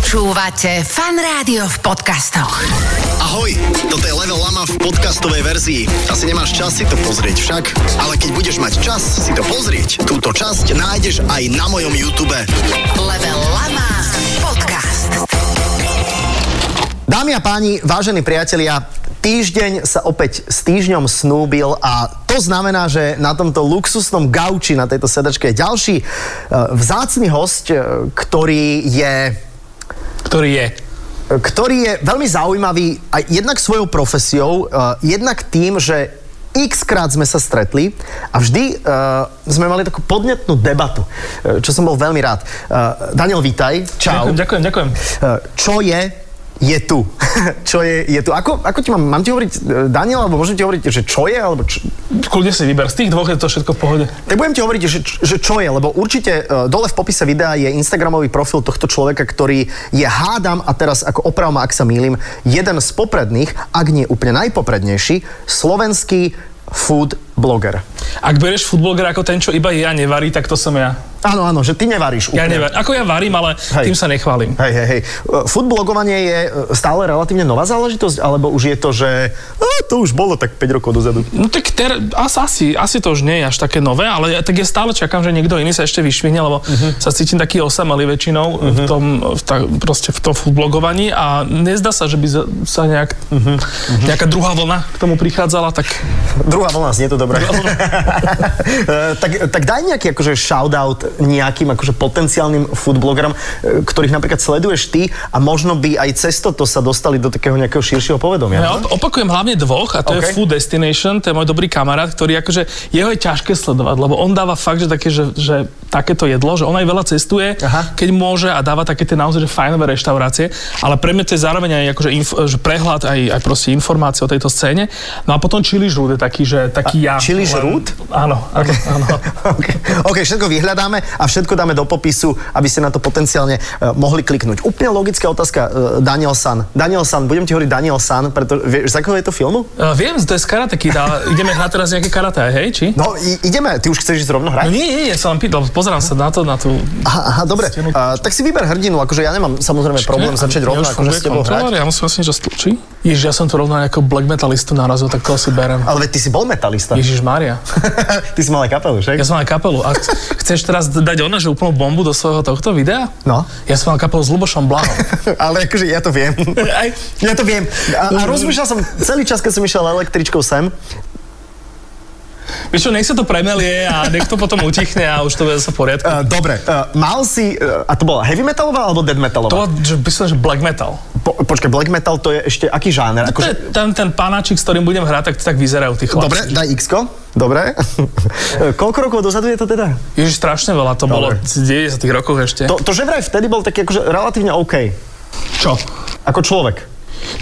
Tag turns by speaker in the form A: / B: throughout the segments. A: Počúvate Fan Rádio v podcastoch.
B: Ahoj, toto je Level Lama v podcastovej verzii. Asi nemáš čas si to pozrieť však, ale keď budeš mať čas si to pozrieť, túto časť nájdeš aj na mojom YouTube.
A: Level Lama Podcast.
B: Dámy a páni, vážení priatelia, týždeň sa opäť s týždňom snúbil a to znamená, že na tomto luxusnom gauči, na tejto sedačke je ďalší eh, vzácny host, eh, ktorý je
C: ktorý je.
B: ktorý je veľmi zaujímavý aj jednak svojou profesiou, uh, jednak tým, že x krát sme sa stretli a vždy uh, sme mali takú podnetnú debatu, eh, čo som bol veľmi rád. Uh, Daniel, vítaj. Čau.
C: Ďakujem, ďakujem, ďakujem.
B: Eh, čo je, je tu. čo je, je tu. Ako, ako ti mám, mám ti hovoriť eh, Daniel, alebo môžem ti hovoriť, že čo je, alebo čo,
C: Kľudne si vyber. Z tých dvoch je to všetko v pohode.
B: Tak budem ti hovoriť, že, že čo je, lebo určite e, dole v popise videa je Instagramový profil tohto človeka, ktorý je hádam, a teraz ako oprav ma, ak sa mýlim, jeden z popredných, ak nie úplne najpoprednejší, slovenský food blogger.
C: Ak berieš futbolgera ako ten, čo iba ja nevarí, tak to som ja.
B: Áno, áno, že ty nevaríš
C: Ja
B: úplne.
C: nevarím. Ako ja varím, ale
B: Hej.
C: Hej. tým sa nechválim.
B: Hej, hej, hej. E, Food blogovanie je e, stále relatívne nová záležitosť, alebo už je to, že a, to už bolo tak 5 rokov dozadu.
C: No tak ter, as, asi, asi to už nie je až také nové, ale ja, tak ja stále čakám, že niekto iný sa ešte vyšvihne, lebo uh-huh. sa cítim taký osamelý väčšinou uh-huh. v tom, v ta, proste v tom blogovaní a nezdá sa, že by za, sa nejak, uh-huh. nejaká druhá vlna k tomu prichádzala, tak
B: Druhá vlna, znie to dobre. E, tak, tak daj nejaký akože shoutout nejakým akože potenciálnym foodblogerom, e, ktorých napríklad sleduješ ty a možno by aj cez toto sa dostali do takého nejakého širšieho povedomia.
C: Ja op- opakujem hlavne dvoch a to
B: OK.
C: okay. je Food Destination, to je môj dobrý kamarát, ktorý akože, jeho je ťažké sledovať, lebo on dáva fakt, že, také, že, že takéto jedlo, že on aj veľa cestuje,
B: Aha.
C: Aha. keď môže a dáva také tie naozaj že fajnové reštaurácie, ale pre mňa to je zároveň aj akože inf- že prehľad, aj, aj proste informácie o tejto scéne. No a potom Chili Žrúd je taký, že taký ja.
B: Chili Žrúd?
C: Áno, áno, áno.
B: OK, OK, všetko vyhľadáme a všetko dáme do popisu, aby ste na to potenciálne uh, mohli kliknúť. Úplne logická otázka, uh, Daniel San. Daniel San, budem ti hovoriť Daniel San, preto, vieš, z akého je to filmu?
C: Uh, viem, to je z karate kid, ale ideme hrať teraz nejaké karate, hej, či?
B: No, i- ideme, ty už chceš ísť rovno
C: No
B: hrať?
C: nie, nie, ja sa len pýtal, pozerám sa na to, na tú...
B: Aha, aha dobre. Uh, tak si vyber hrdinu, akože ja nemám samozrejme problém začať rovno akože s tebou hrať.
C: Ja musím vlastne, asi niečo stlačiť. Ježiš, ja som tu rovno na nejakého black metalistu narazil, tak to asi berem.
B: Ale veď ty si bol metalista.
C: Ježiš Maria.
B: Ty si mal aj kapelu, že?
C: Ja som mal kapelu. A ch- chceš teraz dať ona, že úplnú bombu do svojho tohto videa?
B: No.
C: Ja som mal kapelu s Lubošom Blahom.
B: Ale akože ja to viem.
C: Aj,
B: Ja to viem. A, a rozmýšľal som celý čas, keď som išiel električkou sem.
C: vieš čo, nech sa to premelie a nech to potom utichne a už to bude zase v poriadku.
B: Uh, dobre, uh, mal si, uh, a to bola heavy metalová alebo dead metalová?
C: To, že by som, že black metal.
B: Po, počkaj, black metal to je ešte aký žáner?
C: To je
B: Akože,
C: ten, ten panáčik, s ktorým budem hrať, tak, tak vyzerajú tí chlapci.
B: dobre, daj x Dobre. Eh, Koľko rokov dozadu je to teda?
C: Ježiš, strašne veľa to bolo
B: Dobre.
C: v 90 rokoch ešte.
B: To, to že vraj vtedy bol taký akože relatívne OK.
C: čo?
B: Ako človek.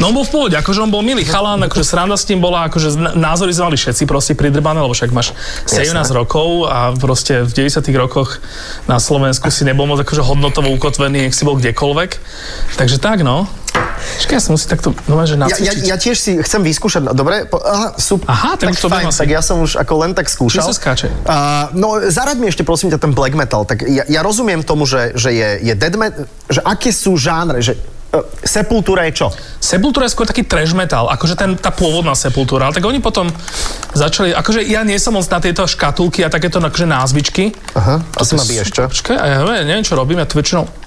C: No on bol v pohode, akože on bol milý chalán, akože sranda s ním bola, akože zna- názory sme mali všetci proste pridrbané, lebo však máš 17
B: Jasné.
C: rokov a proste v 90 rokoch na Slovensku si nebol moc akože hodnotovo ukotvený, nech si bol kdekoľvek. Takže tak, no. Čakaj, ja som musím takto, no
B: Ja,
C: že
B: ja,
C: nacvičiť.
B: ja tiež si chcem vyskúšať, no, dobre? Po, aha, super.
C: Aha, tak už to viem asi.
B: tak ja som už ako len tak skúšal.
C: Čo sa skáče?
B: A, no, zaraď mi ešte prosím ťa ten black metal. Tak ja, ja rozumiem tomu, že, že je, je dead metal, že aké sú žánre, že uh, sepultúra je čo?
C: Sepultura je skôr taký trash metal, akože ten, tá pôvodná sepultura, ale tak oni potom začali, akože ja nie som moc na tieto škatulky a takéto akože názvičky,
B: Aha, asi ma
C: sú-
B: biješ, čo?
C: Počkaj, a ja neviem, neviem, čo robím, ja to väčšinou...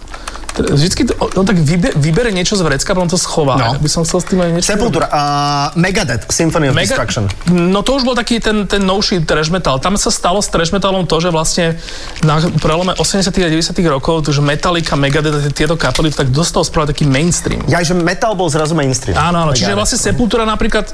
C: t- Vždycky to, on tak vybe, vybere niečo z vrecka, potom to schová.
B: No.
C: No. By som chcel s tým aj niečo...
B: Sepultúra, uh, Megadeth, Symphony of
C: Mega-
B: Destruction.
C: No to už bol taký ten, ten novší trash metal. Tam sa stalo s trash metalom to, že vlastne na prelome 80 a 90 rokov, to, že Metallica, Megadeth, a tieto kapely, to tak dostal spravil taký mainstream.
B: Ja, že metal bol zrazu mainstream.
C: Áno, áno. Čiže
B: Megadeth.
C: vlastne Sepultura napríklad...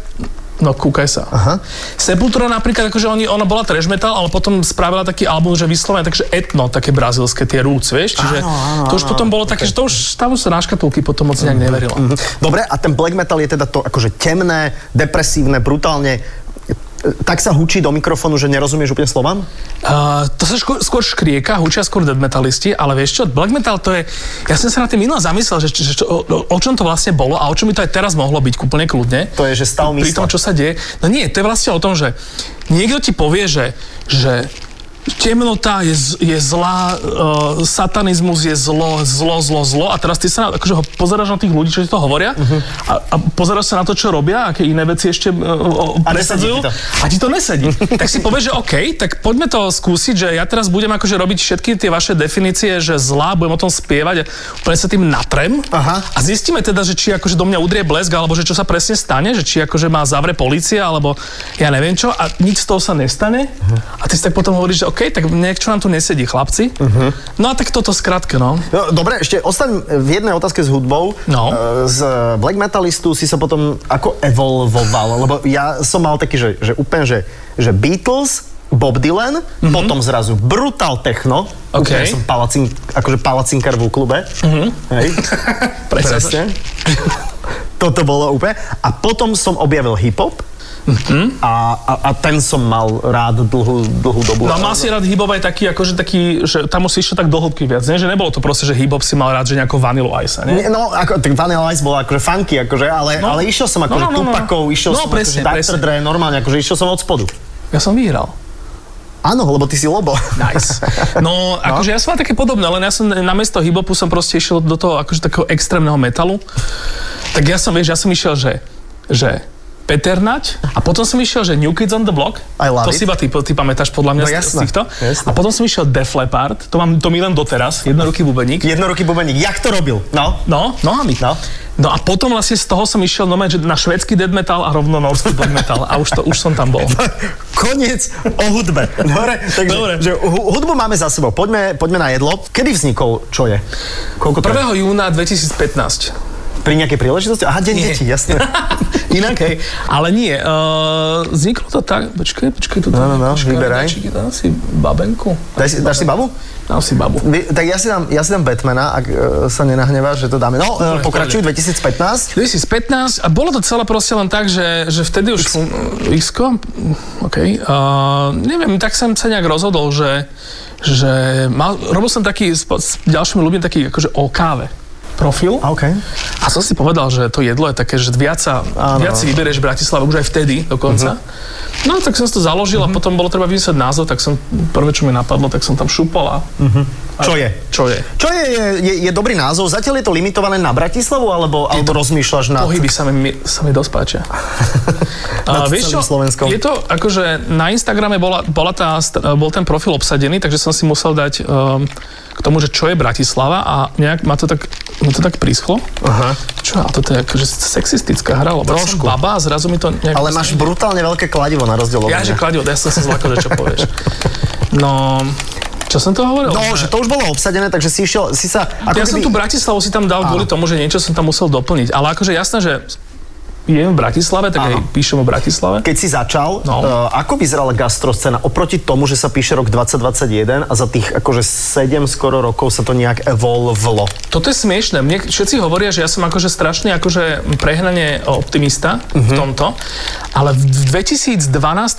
C: No, kúkaj sa. Aha. Sepultura napríklad, akože oni, ona bola trash metal, ale potom spravila taký album, že vyslovene takže etno, také brazilské, tie roots, vieš? Čiže
B: Áno, áno, Mm,
C: to už potom bolo také, že to už tam už sa na škatulky potom moc nejak neverilo.
B: Mhm. Dobre, a ten black metal je teda to akože temné, depresívne, brutálne. E, Tak sa hučí do mikrofónu, že nerozumieš úplne slovám?
C: Uh, to sa ško- skôr škrieka, hučia skôr dead metalisti, ale vieš čo, black metal to je... Ja som sa na tým minule zamyslel, že, že čo, o, o, čom to vlastne bolo a o čom by to aj teraz mohlo byť úplne kľudne.
B: To je, že stav
C: pri
B: mysle.
C: tom, čo sa deje. No nie, to je vlastne o tom, že niekto ti povie, že, že temnota je, z- je zlá, uh, satanizmus je zlo, zlo, zlo, zlo a teraz ty sa na, akože ho- pozeráš na tých ľudí, čo ti to hovoria
B: Mhm.
C: a, a pozeráš sa na to, čo robia, aké iné veci ešte uh, uh,
B: A nesedí ti
C: presadzujú
B: to.
C: a ti to nesedí. tak si povieš, že OK, tak poďme to skúsiť, že ja teraz budem akože robiť všetky tie vaše definície, že zlá, budem o tom spievať a úplne sa tým natrem
B: Aha.
C: a zistíme teda, že či akože do mňa udrie blesk, alebo že čo sa presne stane, že či akože ma zavre policia, alebo ja neviem čo a nič z toho sa nestane. A ty si tak potom hovoríš, že OK, tak niečo nám tu nesedí, chlapci. No a tak toto skrátke, no.
B: No, dobre, ešte ostaň v jednej otázke s hudbou.
C: No.
B: E, Z black metalistu si sa potom ako evolvoval? Lebo ja som mal taký, že, že úplne, že, že Beatles, Bob Dylan, potom zrazu Brutal Techno.
C: Mhm. OK. Mhm.
B: Úplne som palacin, akože palacinkar v klube. Hej.
C: Presne.
B: Toto bolo úplne. A potom som objavil hip-hop.
C: Mhm.
B: A, a, a ten som mal rád dlhú, dlhú dobu.
C: No a mal si rád hip aj taký, akože taký, že tam už si išiel tak do hĺbky viac, nie? že nebolo to proste, že hip si mal rád, že nejakú vanilu ice, nie?
B: Nie, No, ako, tak Vanilla Ice bola akože funky, akože, ale, no. ale išiel som akože no, no, no,
C: no.
B: Tupakov, išiel som
C: No, presne,
B: akože
C: presne.
B: Dr. Dre, normálne, akože išiel som od spodu.
C: Ja som vyhral.
B: Áno, lebo ty si lobo.
C: Nice. No, akože ja som mal také podobné, len ja som namiesto hibopu som proste išiel do toho akože takého extrémneho metalu. Tak ja som, vieš, ja som išiel, že, že Peternať a potom som išiel, že New Kids on the Block.
B: I love it.
C: to si iba ty, ty pamätáš podľa mňa
B: No
C: z-
B: jasné,
C: z týchto.
B: jasné.
C: A potom som išiel Def Leppard, to, mám, to milujem doteraz, jednoruký bubeník.
B: Jednoruký bubeník, jak to robil? No.
C: No, nohami.
B: No.
C: no a potom vlastne z toho som išiel normálne, že na švedský dead metal a rovno norský black metal a už, to, už som tam bol.
B: Koniec o hudbe. Dobre, takže
C: Dobre.
B: Že hu- hudbu máme za sebou. Poďme, poďme na jedlo. Kedy vznikol Čo je? Koľko to je?
C: 1. júna 2015.
B: Pri nejakej príležitosti? Aha, deň
C: Nie.
B: detí, jasne.
C: Inak, hej. Ale nie, uh, vzniklo to tak, počkaj, počkaj, tu
B: No, no, no,
C: počkaj,
B: vyberaj.
C: dáčik, Dám si babenku.
B: Daj si, dáš si babu?
C: Dám si babu.
B: Vy, tak ja si, dám, ja si dám Batmana, ak e, sa nenahneváš, že to dáme. No, e,
C: Dobre,
B: pokračuj, 2015.
C: 2015 a bolo to celé proste len tak, že, že vtedy už fun- x OK. Uh, neviem, tak som sa nejak rozhodol, že, že mal, robil som taký s, s ďalšími ľuďmi taký akože o káve profil.
B: A OK.
C: A som si povedal, že to jedlo je také, že viac, sa, viac si vyberieš Bratislava, už aj vtedy dokonca.
B: Mhm.
C: No tak som si to založil a potom bolo treba vymyslieť názov, tak som prvé, čo mi napadlo, tak som tam šupol a
B: Mhm. Čo je?
C: čo je?
B: Čo je, je, je, je dobrý názov? Zatiaľ je to limitované na Bratislavu, alebo, alebo rozmýšľaš na...
C: Pohyby sa mi, mi- sa mi dosť páčia.
B: Nad celým Slovenskom.
C: Je to akože na Instagrame bola, bola tá, st- bol ten profil obsadený, takže som si musel dať um, k tomu, že čo je Bratislava a nejak ma to tak, ma to tak príschlo.
B: Aha.
C: Čo, ale toto je akože sexistická hra, lebo ja som
B: Trošku.
C: baba a zrazu mi to nejak...
B: Ale máš brutálne veľké kladivo na rozdiel od
C: Ja, že
B: mňa.
C: kladivo, ja som sa zlakol, že čo povieš. No, čo som to hovoril?
B: No, že to už bolo obsadené, takže si išiel, si sa... Ako
C: ja som tu Bratislavu si tam dal kvôli tomu, že niečo som tam musel doplniť, ale akože jasné, že jem v Bratislave, tak aj
B: Áno.
C: píšem o Bratislave.
B: keď si začal,
C: No.
B: no. uh, ako vyzerala gastroscéna oproti tomu, že sa píše rok 2021 a za tých akože 7 skoro rokov sa to nejak evolvlo?
C: Toto je smiešne. Mne všetci hovoria, že ja som akože strašný akože prehnane optimista v
B: Mhm.
C: tomto, ale v 2012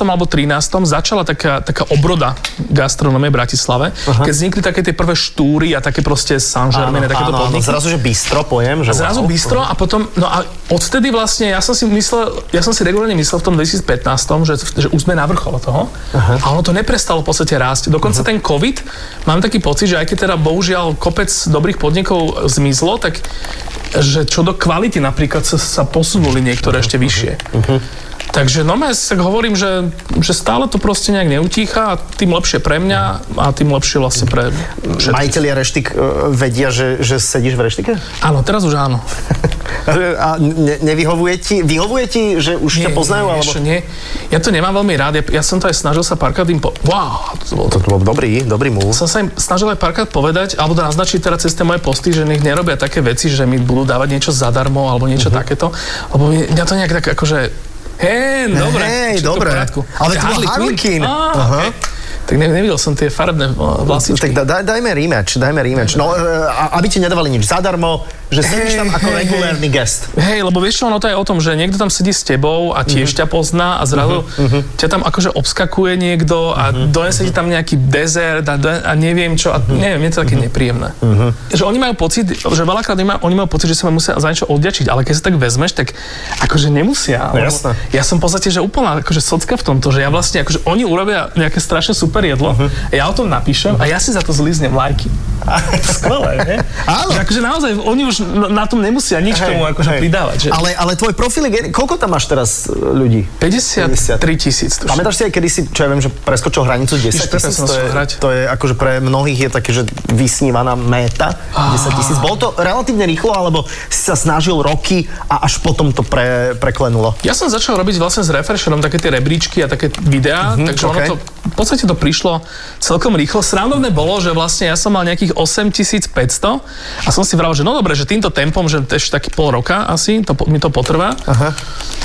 C: alebo 13 začala taká, taká obroda gastronomie v Bratislave, keď vznikli také tie prvé štúry a také proste Saint-Germain a takéto podniky.
B: zrazu, že bistro pojem, že
C: A zrazu
B: wow.
C: bistro a potom, no a odtedy vlastne, ja som si myslel, ja som si regulárne myslel v tom 2015, že, že už sme na vrchole toho a ono to neprestalo v podstate rásť. Dokonca ten COVID, mám taký pocit, že aj keď teda bohužiaľ kopec dobrých podnikov zmizlo, tak že čo do kvality napríklad sa, sa posunuli niektoré ešte vyššie. Takže normálne tak hovorím, že, že stále to proste nejak neutícha a tým lepšie pre mňa a tým lepšie vlastne pre všetkých.
B: Majiteľia reštik uh, vedia, že, že sedíš v reštike?
C: Áno, teraz už áno.
B: A ne, nevyhovuje ti, vyhovuje ti, že už ťa poznajú? alebo...
C: ešte nie. Ja to nemám veľmi rád, ja, ja som to aj snažil sa párkrát im po... Wow, to bolo to.
B: bol dobrý, dobrý move.
C: Som sa im snažil aj párkrát povedať, alebo to naznačiť teraz cez tie moje posty, že nech nerobia také veci, že mi budú dávať niečo zadarmo, alebo niečo
B: Mhm.
C: takéto, lebo mi- mňa to nejak tak akože... Hej, dobre.
B: Hej,
C: všetko v
B: dobre.
C: poriadku.
B: Ale to bol
C: Harley
B: Harley
C: Quinn.
B: Quinn.
C: Á,
B: Aha.
C: okay. Tak ne, nevidel som tie farebné o,
B: Tak
C: vlasičky.
B: da, da, dajme rematch, dajme rematch. No, e, a, aby ti nedávali nič zadarmo, Že sedíš tam ako
C: hej,
B: regulérny guest.
C: Hej, lebo vieš čo, ono to je o tom, že niekto tam sedí s tebou a tiež
B: Mhm.
C: ťa pozná a zrazu ťa tam akože obskakuje niekto a
B: Mhm.
C: donese ti tam nejaký dezert a, do- a neviem čo a neviem, je to
B: Mhm.
C: také nepríjemné. Že oni majú pocit, že veľakrát oni majú, oni majú pocit, že sa ma musia za niečo odďačiť, ale keď sa tak vezmeš, tak akože nemusia.
B: No
C: lebo
B: jasné.
C: Ja som v podstate, že úplná akože socka v tomto, že ja vlastne, akože oni urobia nejaké strašne super jedlo,
B: Mhm.
C: ja o tom napíšem a ja si za to zlíznem lajky. Skvelé, nie?
B: Áno.
C: Že akože naozaj, oni už na, na tom nemusia nič k
B: Hej,
C: tomu akože
B: hej.
C: pridávať. Že?
B: Ale, ale tvoj profil je... gen- Koľko tam máš teraz e, ľudí?
C: 53 tisíc. tuším.
B: Pamätáš si aj kedy si, čo ja viem, že preskočil hranicu 10
C: Ešte teraz
B: tisíc?
C: som
B: To, je,
C: sa hrať.
B: to je akože pre mnohých je také, že vysnívaná méta 10 tisíc. Bolo to relatívne rýchlo, alebo si sa snažil roky a až potom to pre, preklenulo?
C: Ja som začal robiť vlastne s Refresherom také tie rebríčky a také videá, mm-hmm, takže okay. ono
B: okej.
C: to, v podstate to prišlo celkom rýchlo. Srandovné bolo, že vlastne ja som mal nejakých 8500 a som si vral, že no dobre, že týmto tempom, že ešte taký pol roka asi, to, po- mi to potrvá. Aha.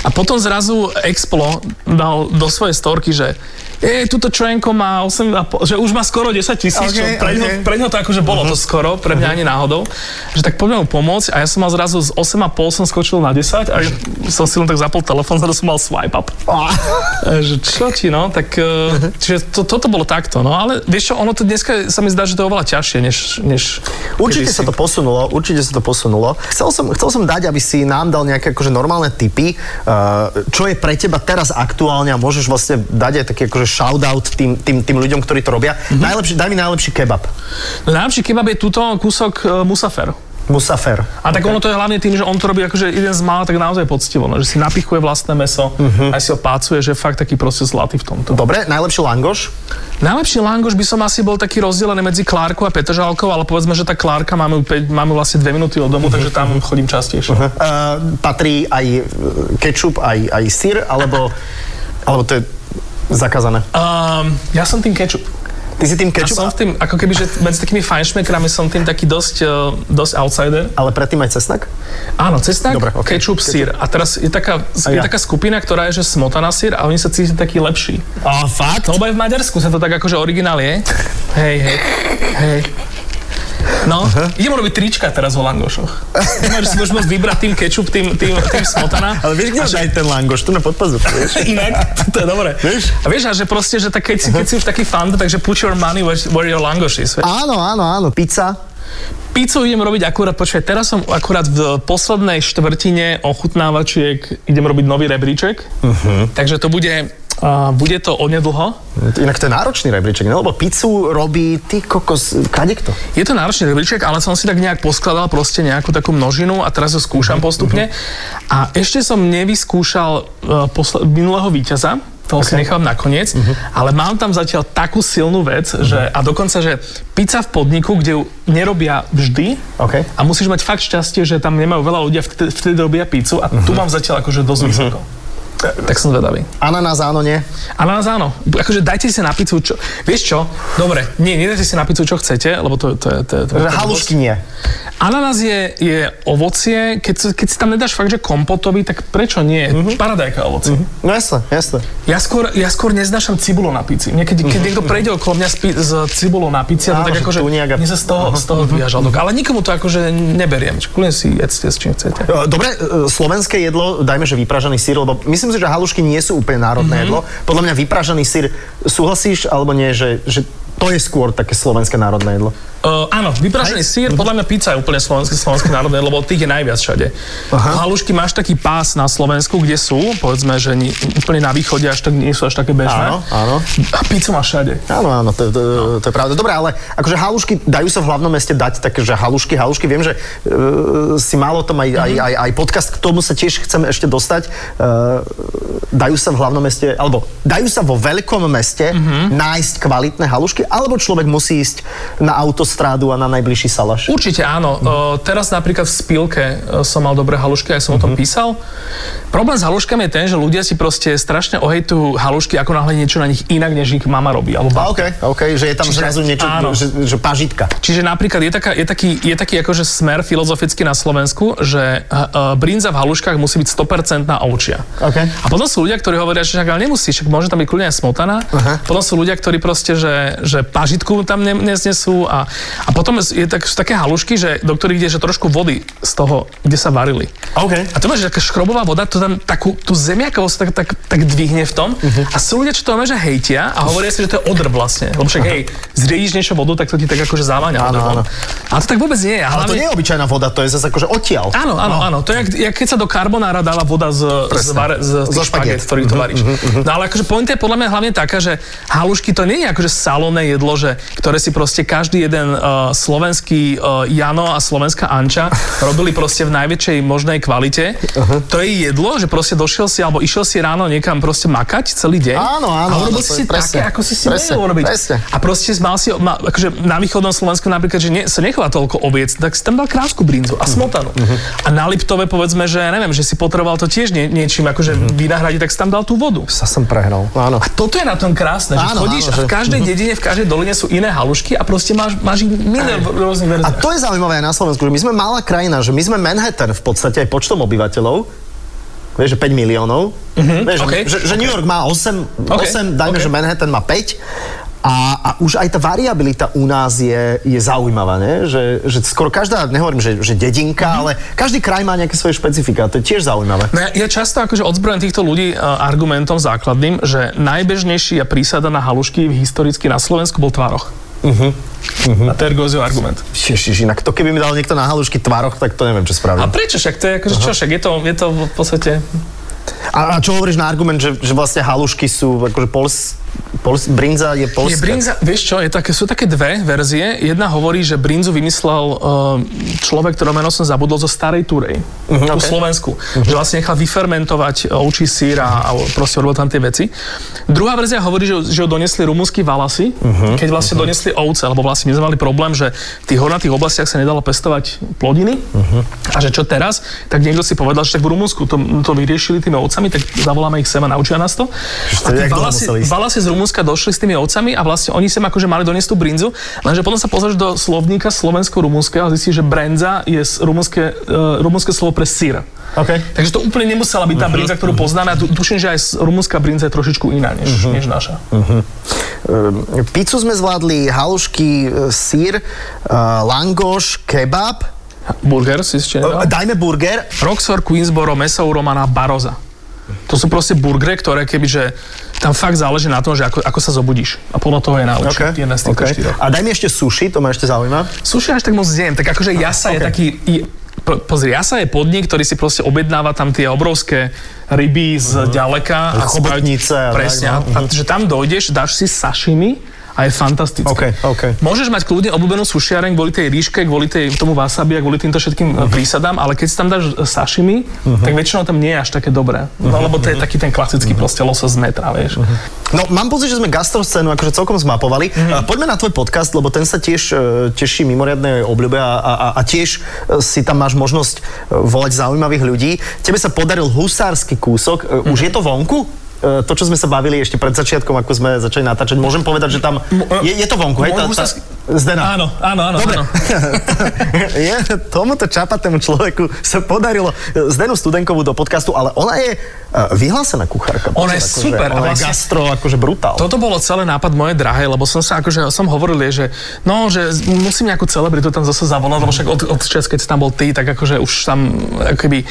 C: A potom zrazu Explo dal do svojej storky, že je, tuto členko má 8, a po- že už má skoro 10 tisíc, čo
B: Okej,
C: pre,
B: okej.
C: ňo, pre ňo to akože bolo to skoro, pre mňa ani náhodou, že tak poďme mu pomôcť a ja som mal zrazu z 8,5 som skočil na 10 a som si len tak zapol telefón, zrazu som mal swipe up. A Že čo ti, no, tak
B: Mhm.
C: eh, čiže to, toto bolo takto, no, ale vieš čo, ono to dneska sa mi zdá, že to je oveľa ťažšie, než, než
B: Určite
C: kedysi.
B: sa to posunulo, určite sa to posunulo. Chcel som, chcel som dať, aby si nám dal nejaké akože normálne tipy, eh, čo je pre teba teraz aktuálne a môžeš vlastne dať aj taký akože shoutout tým, tým, tým ľuďom, ktorí to robia. Mm-hmm. Najlepší, daj mi najlepší kebab.
C: Najlepší kebab je túto kúsok eh, musafer.
B: Musafer.
C: A tak ono to je hlavne tým, že on to robí akože jeden z mála, tak naozaj poctivo, no, že si napichuje vlastné meso,
B: Mhm.
C: uh-huh. aj si ho pácuje, že je fakt taký proste zlatý v tomto.
B: Dobre, najlepší langoš.
C: Najlepší langoš by som asi bol taký rozdelený medzi Klárku a Petržalkou, ale povedzme, že tá Klárka máme, upe- máme vlastne dve minúty od
B: Mhm.
C: domu, takže tam chodím častejšie.
B: Eh, patrí aj eh, kečup, aj, aj sír, alebo, alebo to je zakázané.
C: Um, ja som tým kečup.
B: Ty si tým
C: Ja
B: kečup,
C: som v tým, ako keby, že medzi takými fajnšmekrami som tým taký dosť, eh, dosť outsider.
B: ale predtým aj cesnak?
C: Áno, cesnak,
B: Dobre,
C: Dobre,
B: ok.
C: okay. kečup, sír. A teraz je taká,
B: ja.
C: je taká skupina, ktorá je, že smotaná sír a oni sa cítia taký lepší.
B: A fakt?
C: No, lebo aj v Maďarsku sa to tak akože originál je. Hej, hej, hej. No, uh-huh. idem robiť trička teraz o langošoch. Máš si možnosť vybrať tým kečup, tým, tým, tým smotana.
B: Ale vieš, kde máš aj ten langoš? Tu na podpazu. vieš?
C: Inak, to, to je dobre.
B: Vieš?
C: A vieš, a že proste, že tak, keď, si, keď si už taký fan, takže put your money where, where your langoš is. vieš.
B: Áno, áno, áno. Pizza,
C: Pizzu idem robiť akurát, počkaj, teraz som akurát v poslednej štvrtine ochutnávačiek, idem robiť nový rebríček, uh-huh.
B: Mhm.
C: takže to bude, uh, bude to onedlho.
B: Inak to je náročný rebríček, ne? lebo pizzu robí ty kokos, kadekto.
C: Je to náročný rebríček, ale som si tak nejak poskladal proste nejakú takú množinu a teraz ho skúšam postupne. A ešte som nevyskúšal uh, posle- minulého víťaza, toho okay. si nechám nakoniec, ale mám tam zatiaľ takú silnú vec, že, a dokonca, že pizza v podniku, kde ju nerobia vždy,
B: OK.
C: a musíš mať fakt šťastie, že tam nemajú veľa ľudia, vtedy, vtedy robia pizzu a tu mám zatiaľ akože dosť vysoko. Tak som zvedavý.
B: Ananás áno, nie?
C: Ale nás áno, akože dajte si na pizzu, čo... Vieš čo? Dobre, nie, nedajte si na pizzu, čo chcete, lebo to, to, je- to, je- to, to,
B: Že
C: to
B: halušky nie.
C: Ananás je, je ovocie, keď, sa- keď si tam nedáš fakt, že kompotový, tak prečo nie?
B: Mhm.
C: Mm-hmm. Paradajka ovocie. Mm-hmm.
B: No jasné, jasné.
C: Ja, skôr, ja skôr neznášam cibulu na pici. Niekedy, keď niekto prejde okolo mňa s, pi- s cibulou na pici,
B: Mhm. Áno,
C: ja
B: že
C: to tak akože,
B: tuniak a-
C: mne sa z toho,
B: Mhm.
C: z toho dvíja žalúdok. Ale nikomu to akože neberiem. Kľudne si jedzte s čím chcete.
B: E, Dobre, e, slovenské jedlo, dajme, že vypražaný sír, lebo myslím si, že halušky nie sú úplne národné jedlo. Podľa mňa vypražaný sír, súhlasíš alebo nie, že, že to je skôr také slovenské národné jedlo.
C: Uh, áno, vypražený sír, podľa mňa pizza je úplne slovenský, slovenský národné, lebo tých je najviac všade.
B: Aha.
C: Aha. Halušky máš taký pás na Slovensku, kde sú, povedzme, že ni, úplne na východe až tak nie sú až také bežné.
B: Áno, áno.
C: A pizzu máš všade.
B: Áno, áno, to, to,
C: No.
B: to je pravda. Dobre, ale akože halušky, dajú sa v hlavnom meste dať také, že halušky, halušky. Viem, že e, si mal o tom aj,
C: Mhm.
B: aj, aj, aj podcast, k tomu sa tiež chceme ešte dostať. E, dajú sa v hlavnom meste, alebo dajú sa vo veľkom meste
C: Mhm.
B: nájsť kvalitné halušky, alebo človek musí ísť na autostrádu a na najbližší salaš.
C: Určite áno. E, teraz napríklad v Spilke e, som mal dobré halušky, aj som o tom
B: Mhm.
C: písal. Problém s haluškami je ten, že ľudia si proste strašne ohejtujú halušky, ako náhle niečo na nich inak, než ich mama robí. Alebo
B: A
C: babka.
B: OK, OK, že je tam
C: Čiže-
B: zrazu niečo,
C: áno.
B: že, že pažitka.
C: Čiže napríklad je, taká, je, taký, je taký akože smer filozoficky na Slovensku, že uh, brinza v haluškách musí byť 100% ovčia.
B: OK.
C: A potom sú ľudia, ktorí hovoria, že však ale nemusí, však môže tam byť kľudne aj smotaná. Potom sú ľudia, ktorí proste, že, že pažitku tam ne, neznesú a A potom je tak, sú také halušky, že, do ktorých ide že trošku vody z toho, kde sa varili.
B: OK.
C: A to máš, že taká škrobová voda, to tam takú, tú zemiakovosť tak, tak, tak dvihne v tom.
B: Mhm.
C: Uh-huh. A sú ľudia, čo to máme, že hejtia a hovoria si, že to je odr vlastne. Lebo však hej, zriediš niečo vodu, tak to ti tak akože zaváňa.
B: Áno,
C: odrom.
B: áno.
C: A to tak vôbec nie je.
B: Ale to nie je obyčajná voda, to je zase akože odtiaľ.
C: Áno, áno, áno. To je, jak, jak keď sa do karbonára dáva voda z, z,
B: Presne.
C: var, z, z
B: Zo Mhm,
C: tých špagiet,
B: špagiet.
C: ktorý to varíš. No ale akože pointa je podľa mňa hlavne taká, že halušky to nie je akože salónne jedlo, že, ktoré si proste každý jeden uh, slovenský uh, Jano a slovenská Anča robili proste v najväčšej možnej kvalite. To je jedlo, že proste došiel si alebo išiel si ráno niekam proste makať celý deň.
B: Áno, áno,
C: A
B: áno,
C: urobil
B: to
C: si si
B: je presne,
C: také, ako si si
B: presne,
C: vedel urobiť.
B: presne.
C: A proste mal si, mal, akože na východnom Slovensku napríklad, že ne, sa nechová toľko oviec, tak si tam dal krásku brinzu a smotanu. A na Liptove povedzme, že ja neviem, že si potreboval to tiež nie, niečím akože vynahradiť, tak si tam dal tú vodu.
B: Sa som prehral. Áno.
C: Toto je na tom krásne, že
B: Áno,
C: chodíš
B: áno,
C: a v
B: že- Mhm.
C: každej dedine, v každej doline sú iné halušky a proste máš, máš ich milé v rôznych
B: A
C: verziách.
B: to je zaujímavé aj na Slovensku, že my sme malá krajina, že my sme Manhattan v podstate aj počtom obyvateľov. Vieš, že 5 miliónov. Vieš,
C: okej,
B: že, že New York má 8,
C: Okej,
B: 8 dajme,
C: okej.
B: že Manhattan má 5. A, a už aj tá variabilita u nás je, je zaujímavá, ne? Že, že skoro každá, nehovorím, že, že dedinka, ale každý kraj má nejaké svoje špecifika. To je tiež zaujímavé.
C: No ja, ja často akože odzbrojem týchto ľudí uh, argumentom základným, že najbežnejší a prísada na halušky historicky na Slovensku bol tvároch.
B: Mhm.
C: Uh-huh. Uh-huh. A to je Ergóziov argument.
B: Ježiš, inak to keby mi dal niekto na halušky tvároch, tak to neviem, čo
C: A
B: spravím.
C: prečo však? To je akože čo však? Je to, je to v podstate...
B: A, a čo hovoríš na argument, že, že vlastne halušky sú akože pols, pols, brinza je polská?
C: Je brinza, vieš čo, je také, sú také dve verzie. Jedna hovorí, že brinzu vymyslel uh, človek, ktorého meno som zabudol, zo starej Turej. Uh-huh,
B: Mhm,
C: okay.
B: okej.
C: Slovensku. Že vlastne nechal vyfermentovať eh, ovčí sír a, a proste urobil tam tie veci. Druhá verzia hovorí, že, že ho donesli rumúnsky valasy, uh-huh,
B: Mhm,
C: keď vlastne uh-huh. donesli ovce, lebo vlastne my sme mali problém, že v tých hornatých oblastiach sa nedalo pestovať plodiny.
B: Mhm.
C: Uh-huh. A že čo teraz? Tak niekto si povedal, že tak v Rumunsku to, to vyriešili tými ovcami, tak zavoláme ich sem a naučia nás to.
B: to
C: a tí
B: nejak dlho
C: valasy,
B: museli ísť.
C: Valasi z Rumunska došli s tými ovcami a vlastne oni sem akože mali doniesť tú brinzu, lenže potom sa pozrieš do slovníka slovensko-rumunského a zistíš, že brenza je s- rumunské, uh, rumunské slovo pre sír.
B: Okay.
C: Takže to úplne nemusela byť tá
B: Mhm.
C: brinza, ktorú poznáme a tu, tuším, že aj s- rumunská brinza je trošičku iná než,
B: Mhm.
C: než naša.
B: Ehm, Pizzu sme zvládli, halušky, e, sír, e, langoš, kebab.
C: Burger si
B: E,
C: ešte nedal?
B: Dajme burger.
C: Roxor, Queensboro, Mesa u Romana, Baroza. To sú proste burgery, ktoré kebyže tam fakt záleží na tom, že ako, ako sa zobudíš. A podľa toho je najlepšie.
B: Ok,
C: Jedna z týchto
B: ok.
C: štyroch.
B: A daj mi ešte sushi, to ma ešte zaujíma.
C: Sushi až tak moc neviem, tak akože Jasa je
B: ok.
C: taký... Je, po- pozri, Jasa je podnik, ktorý si proste objednáva tam tie obrovské ryby z ďaleka. A spraví-
B: Chobotnice Mhm. a tak,
C: Presne.
B: no.
C: A, a, že tam dojdeš, dáš si sashimi a je fantastické.
B: Ok, ok.
C: Môžeš mať kľudne obľúbenú sušiareň kvôli tej ríške, kvôli tej, tomu wasabi a kvôli týmto
B: Mhm.
C: všetkým uh prísadám, ale keď si tam dáš e, sashimi, tak väčšinou tam nie je až také dobré.
B: Mhm.
C: No lebo to je taký ten klasický proste losos z metra, vieš.
B: No, mám pocit, že sme gastroscénu akože celkom zmapovali.
C: Mhm.
B: Mm. Poďme na tvoj podcast, lebo ten sa tiež e, teší mimoriadnej obľúbe a, a, a- a tiež e, si tam máš možnosť e, volať zaujímavých ľudí. Tebe sa podaril husársky kúsok. E,
C: Mhm.
B: Už je to vonku? E, To, čo sme sa bavili ešte pred začiatkom, ako sme začali natáčať, môžem povedať, že tam... Je, je to vonku, hej?
C: e,
B: Tá, tá,
C: Môj husársky-
B: Zdena.
C: Áno, áno, áno.
B: Dobre.
C: áno.
B: je, tomuto čapatému človeku sa podarilo e, Zdenu Studenkovú do podcastu, ale ona je e, vyhlásená kuchárka.
C: Ona
B: Akože
C: je super, a
B: Ona je
C: vlastne-
B: gastro, akože brutál.
C: Toto bolo celé nápad moje drahé, lebo som sa akože, som hovoril jej, že no, že z- musím nejakú celebritu tam zase zavolať, lebo však od, od čas, keď si tam bol ty, tak akože už tam, akoby,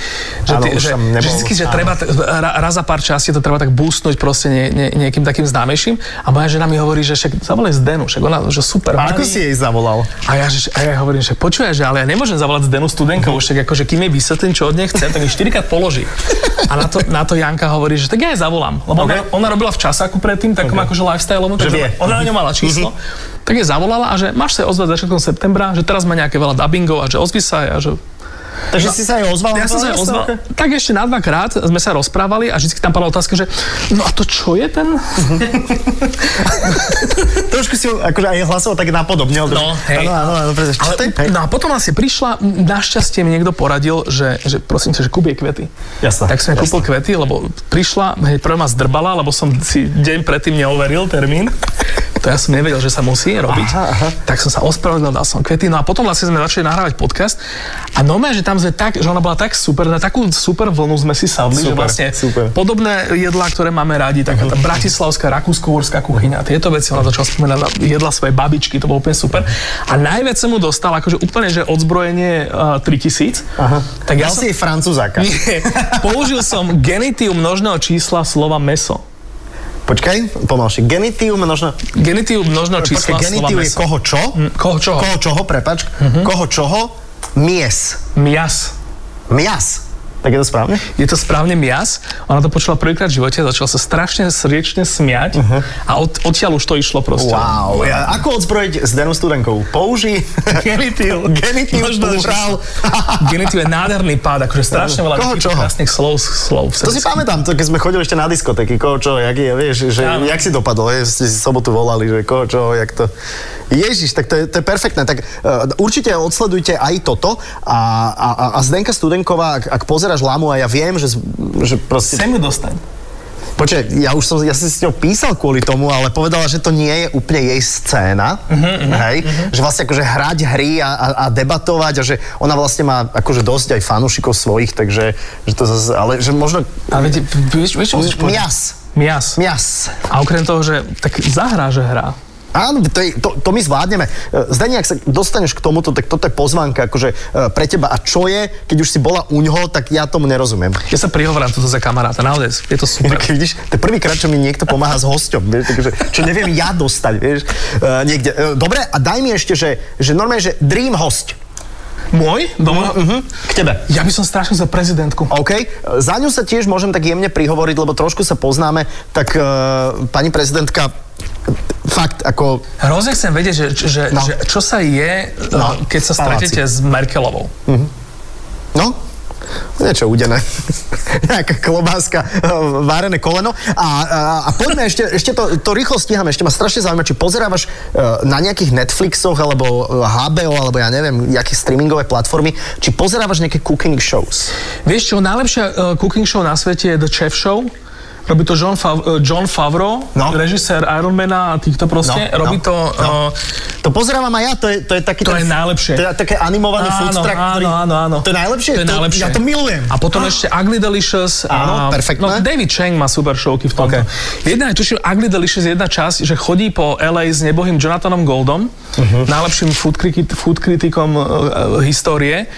C: že,
B: Áno,
C: ty,
B: už
C: že,
B: tam
C: že
B: nebol,
C: vždycky, že
B: áno.
C: treba, t- ra, raz za pár časti to treba tak búsnuť proste nie, nie, niekým takým známejším. A moja žena mi hovorí, že však zavolaj Zdenu, však ona, že super.
B: A ako
C: Mari.
B: si jej zavolal?
C: A ja, že, a ja hovorím, že počuje, že ale ja nemôžem zavolať Zdenu studenka, už tak akože kým jej vysvetlím, čo od nej chcem, tak mi štyrikrát položí. A na to, na to Janka hovorí, že tak ja jej zavolám. Lebo okay. ona, ona, robila v časáku predtým, takom okay. akože lifestyleom, takže
B: vie.
C: ona na ňom mala číslo. tak jej zavolala a že máš sa ozvať začiatkom septembra, že teraz má nejaké veľa dubbingov a že ozvi sa jej a že
B: Takže si No, sa jej ozval?
C: ja som sa jej ozval, tak ešte na dvakrát sme sa rozprávali a vždy tam padla otázka, že no a to čo je ten?
B: Trošku si ju akože aj hlasoval tak napodobne. ale-
C: No, hej.
B: Áno, áno, áno, presne. Čo
C: Ale,
B: to je? Hej.
C: no a potom asi prišla, m, našťastie mi niekto poradil, že, že prosím ťa, že kúpie kvety.
B: Jasné,
C: Tak som jej
B: jasné.
C: kúpil kvety, lebo prišla, hneď prvé ma zdrbala, lebo som si deň predtým neoveril termín. to ja som nevedel, že sa musí robiť. Aha, aha. Tak som sa ospravedlnil, dal som kvety. No a potom vlastne sme začali nahrávať podcast a nové, že tam sme tak, že ona bola tak super, na takú super vlnu sme si sadli, že
D: Super,
C: vlastne
D: super.
C: podobné jedlá, ktoré máme radi, taká tá bratislavská, rakúsko-uhorská kuchyňa, tieto veci, ona začala spomínať na jedla svojej babičky, to bolo úplne super. A najviac som mu dostal, akože úplne, že odzbrojenie uh, 3000. Aha. Tak ja
B: Dal
C: som,
B: si jej francúzaka.
C: nie, použil som genitív množného čísla slova meso.
B: Počkaj, pomalšie. Genitív množno...
C: Genitív množného
B: Počkaj,
C: čísla slova
B: genitív je
C: meso.
B: koho čo?
C: Mm, Mhm. koho čoho?
B: Koho čoho, prepač. Koho čoho? Mies.
C: Mias.
B: Mias. Tak je to správne?
C: je to správne mias. Ona to počula prvýkrát v živote, začala sa strašne srdečne smiať uh-huh. a od, odtiaľ už to išlo proste.
B: Wow. Ja, ako odzbrojiť s Denu Studenkovou? Použij...
C: Genitív.
B: Genitív
C: Možno, že-
B: plurál.
C: Genitív je nádherný pád, akože strašne veľa
B: Koho čoho?
C: takých krásnych slov, slov v
B: To si
C: srbskom.
B: pamätám, to, keď sme chodili ešte na diskotéky, koho čo, jak je, vieš, že
C: Áno.
B: jak si dopadol, je, ste si sobotu volali, že koho čo, jak to... Ježiš, tak to je, to je perfektné, tak uh, určite odsledujte aj toto a, a, a- a Zdenka Studenková, ak, ak pozeráš Lamu a ja viem, že, z- že proste...
C: Sem ju dostaň.
B: Počkaj, ja už som, ja som si s ňou písal kvôli tomu, ale povedala, že to nie je úplne jej scéna, hej, že vlastne akože hrať hry a, a, a debatovať a že ona vlastne má akože dosť aj fanúšikov svojich, takže, že to zase, ale že možno...
C: A viete, vieš, vieš, čo musíš povedať?
B: Mias.
C: Mias.
B: Mias.
C: A okrem toho, že tak zahrá, že hrá.
B: Áno, to, je, to, to my zvládneme. E, Zdeni, ak sa dostaneš k tomuto, tak toto je pozvánka akože e, pre teba. A čo je, keď už si bola u ňoho, tak ja tomu nerozumiem.
C: Ja sa prihovorám tuto za kamaráta, naozaj, je to super.
B: Keď vidíš, to je prvýkrát, čo mi niekto pomáha s hosťom, vieš, takže, čo neviem ja dostať, vieš, e, niekde. E, Dobre, a daj mi ešte, že, že normálne, že dream host,
C: Môj? Doma? Uh-huh.
B: k tebe.
C: Ja by som strašil za prezidentku.
B: OK, E, za ňu sa tiež môžem tak jemne prihovoriť, lebo trošku sa poznáme, tak uh, pani prezidentka, fakt, ako
C: Hrozne chcem vedieť, že, že,
B: No.
C: no. že čo sa je,
B: No,
C: no. keď sa
B: v paláci.
C: stretnete s Merkelovou.
B: No, niečo udené. Nejaká klobáska, e, várené koleno. A, a, a poďme ešte, ešte to, to rýchlo stíhame, ešte ma strašne zaujíma, či pozerávaš e, na nejakých Netflixoch, alebo e, HBO, alebo ja neviem, jaké streamingové platformy, či pozerávaš nejaké cooking shows.
C: Vieš čo, najlepšia uh, cooking show na svete je The Chef Show. Robí to John, Fav- uh, John Favreau,
B: No.
C: no. režisér Ironmana a týchto proste.
B: No,
C: No. Robí
B: no,
C: to... No.
B: To pozerávam aj ja, to je, to je taký...
C: To je najlepšie.
B: To je také animovaný food
C: Áno,
B: truck, ktorý-
C: áno, áno, áno.
B: To je najlepšie?
C: To je najlepšie.
B: ja to milujem.
C: A potom ešte Ugly Delicious.
B: Áno,
C: a,
B: perfektné.
C: No, David Chang má super showky v tomto. Okay. Jedna je, tuším, Ugly Delicious, je jedna časť, že chodí po LA s nebohým Jonathanom Goldom,
B: Mhm.
C: uh-huh. najlepším food, kriti- food kritikom uh, uh, histórie.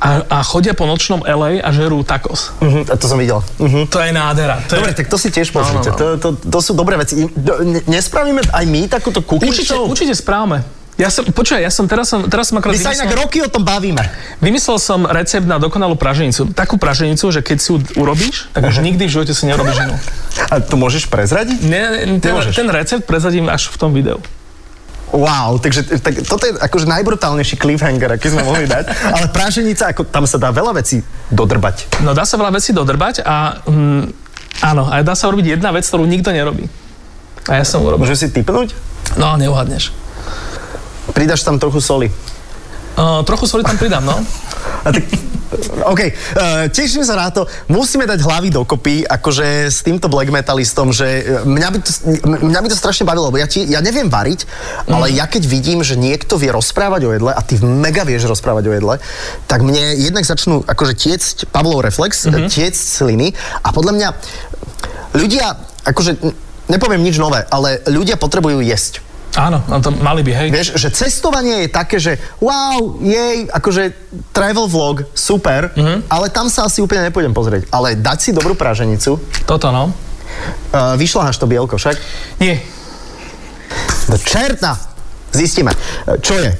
C: A, a chodia po nočnom LA a žerú tacos.
B: Mhm, a to som videl. Mhm.
C: To je nádhera. To
B: Dobre,
C: je...
B: tak to si tiež pozrite.
C: Áno, áno.
B: To, to, to sú dobré veci. I- do- ne- Nespravíme aj my takúto cooking
C: Určite,
B: show?
C: určite správame. Ja som, počúaj, ja som teraz som, teraz som akorát
B: My sa inak
C: vymyslel,
B: roky o tom bavíme.
C: vymyslel som recept na dokonalú praženicu. Takú praženicu, že keď si ju urobíš, tak už nikdy v živote si nerobíš inú.
B: A to môžeš prezradiť?
C: Ne, ten,
B: Nemôžeš.
C: ten recept prezadím až v tom videu.
B: Wow, takže tak, toto je akože najbrutálnejší cliffhanger, aký sme mohli dať. Ale práženica, ako, tam sa dá veľa vecí dodrbať.
C: No dá sa veľa vecí dodrbať a mm, áno, a dá sa urobiť jedna vec, ktorú nikto nerobí. A ja som urobil.
B: Môžem si typnúť?
C: No, neuhadneš.
B: Pridaš tam trochu soli.
C: Uh, trochu soli tam pridám, no.
B: A tak, OK, uh, teším sa na to. Musíme dať hlavy dokopy, akože s týmto black metalistom, že eh, mňa by to, mňa by to strašne bavilo, lebo ja, ti, ja neviem variť, ale ja keď vidím, že niekto vie rozprávať o jedle a ty mega vieš rozprávať o jedle, tak mne jednak začnú akože tiecť Pavlov reflex, mm-hmm. tiecť sliny a podľa mňa ľudia, akože n- nepoviem nič nové, ale ľudia potrebujú jesť.
C: Áno, no to mali by, hej.
B: Vieš, že cestovanie je také, že wow, jej, akože travel vlog, super, mm-hmm. ale tam sa asi úplne nepôjdem pozrieť. Ale dať si dobrú praženicu,
C: Toto, no.
B: uh, vyšľaháš to bielko však?
C: Nie,
B: Do čerta! Zistíme. Eh, Čo je?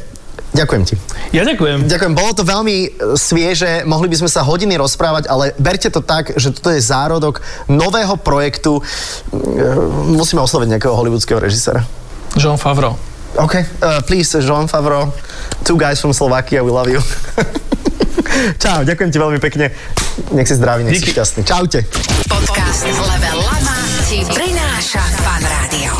B: Ďakujem ti.
C: ja ďakujem.
B: Ďakujem, bolo to veľmi eh, svieže, mohli by sme sa hodiny rozprávať, ale berte to tak, že toto je zárodok nového projektu. Eh, Musíme osloviť nejakého hollywoodského režisera.
C: John Favreau.
B: OK, uh, please, Jean Favreau, two guys from Slovakia, we love you. Čau, ďakujem ti veľmi pekne. Nech si zdravý, nech si
C: Díky.
B: šťastný. Čaute.
A: Podcast Level Lama ti prináša Fan Rádio.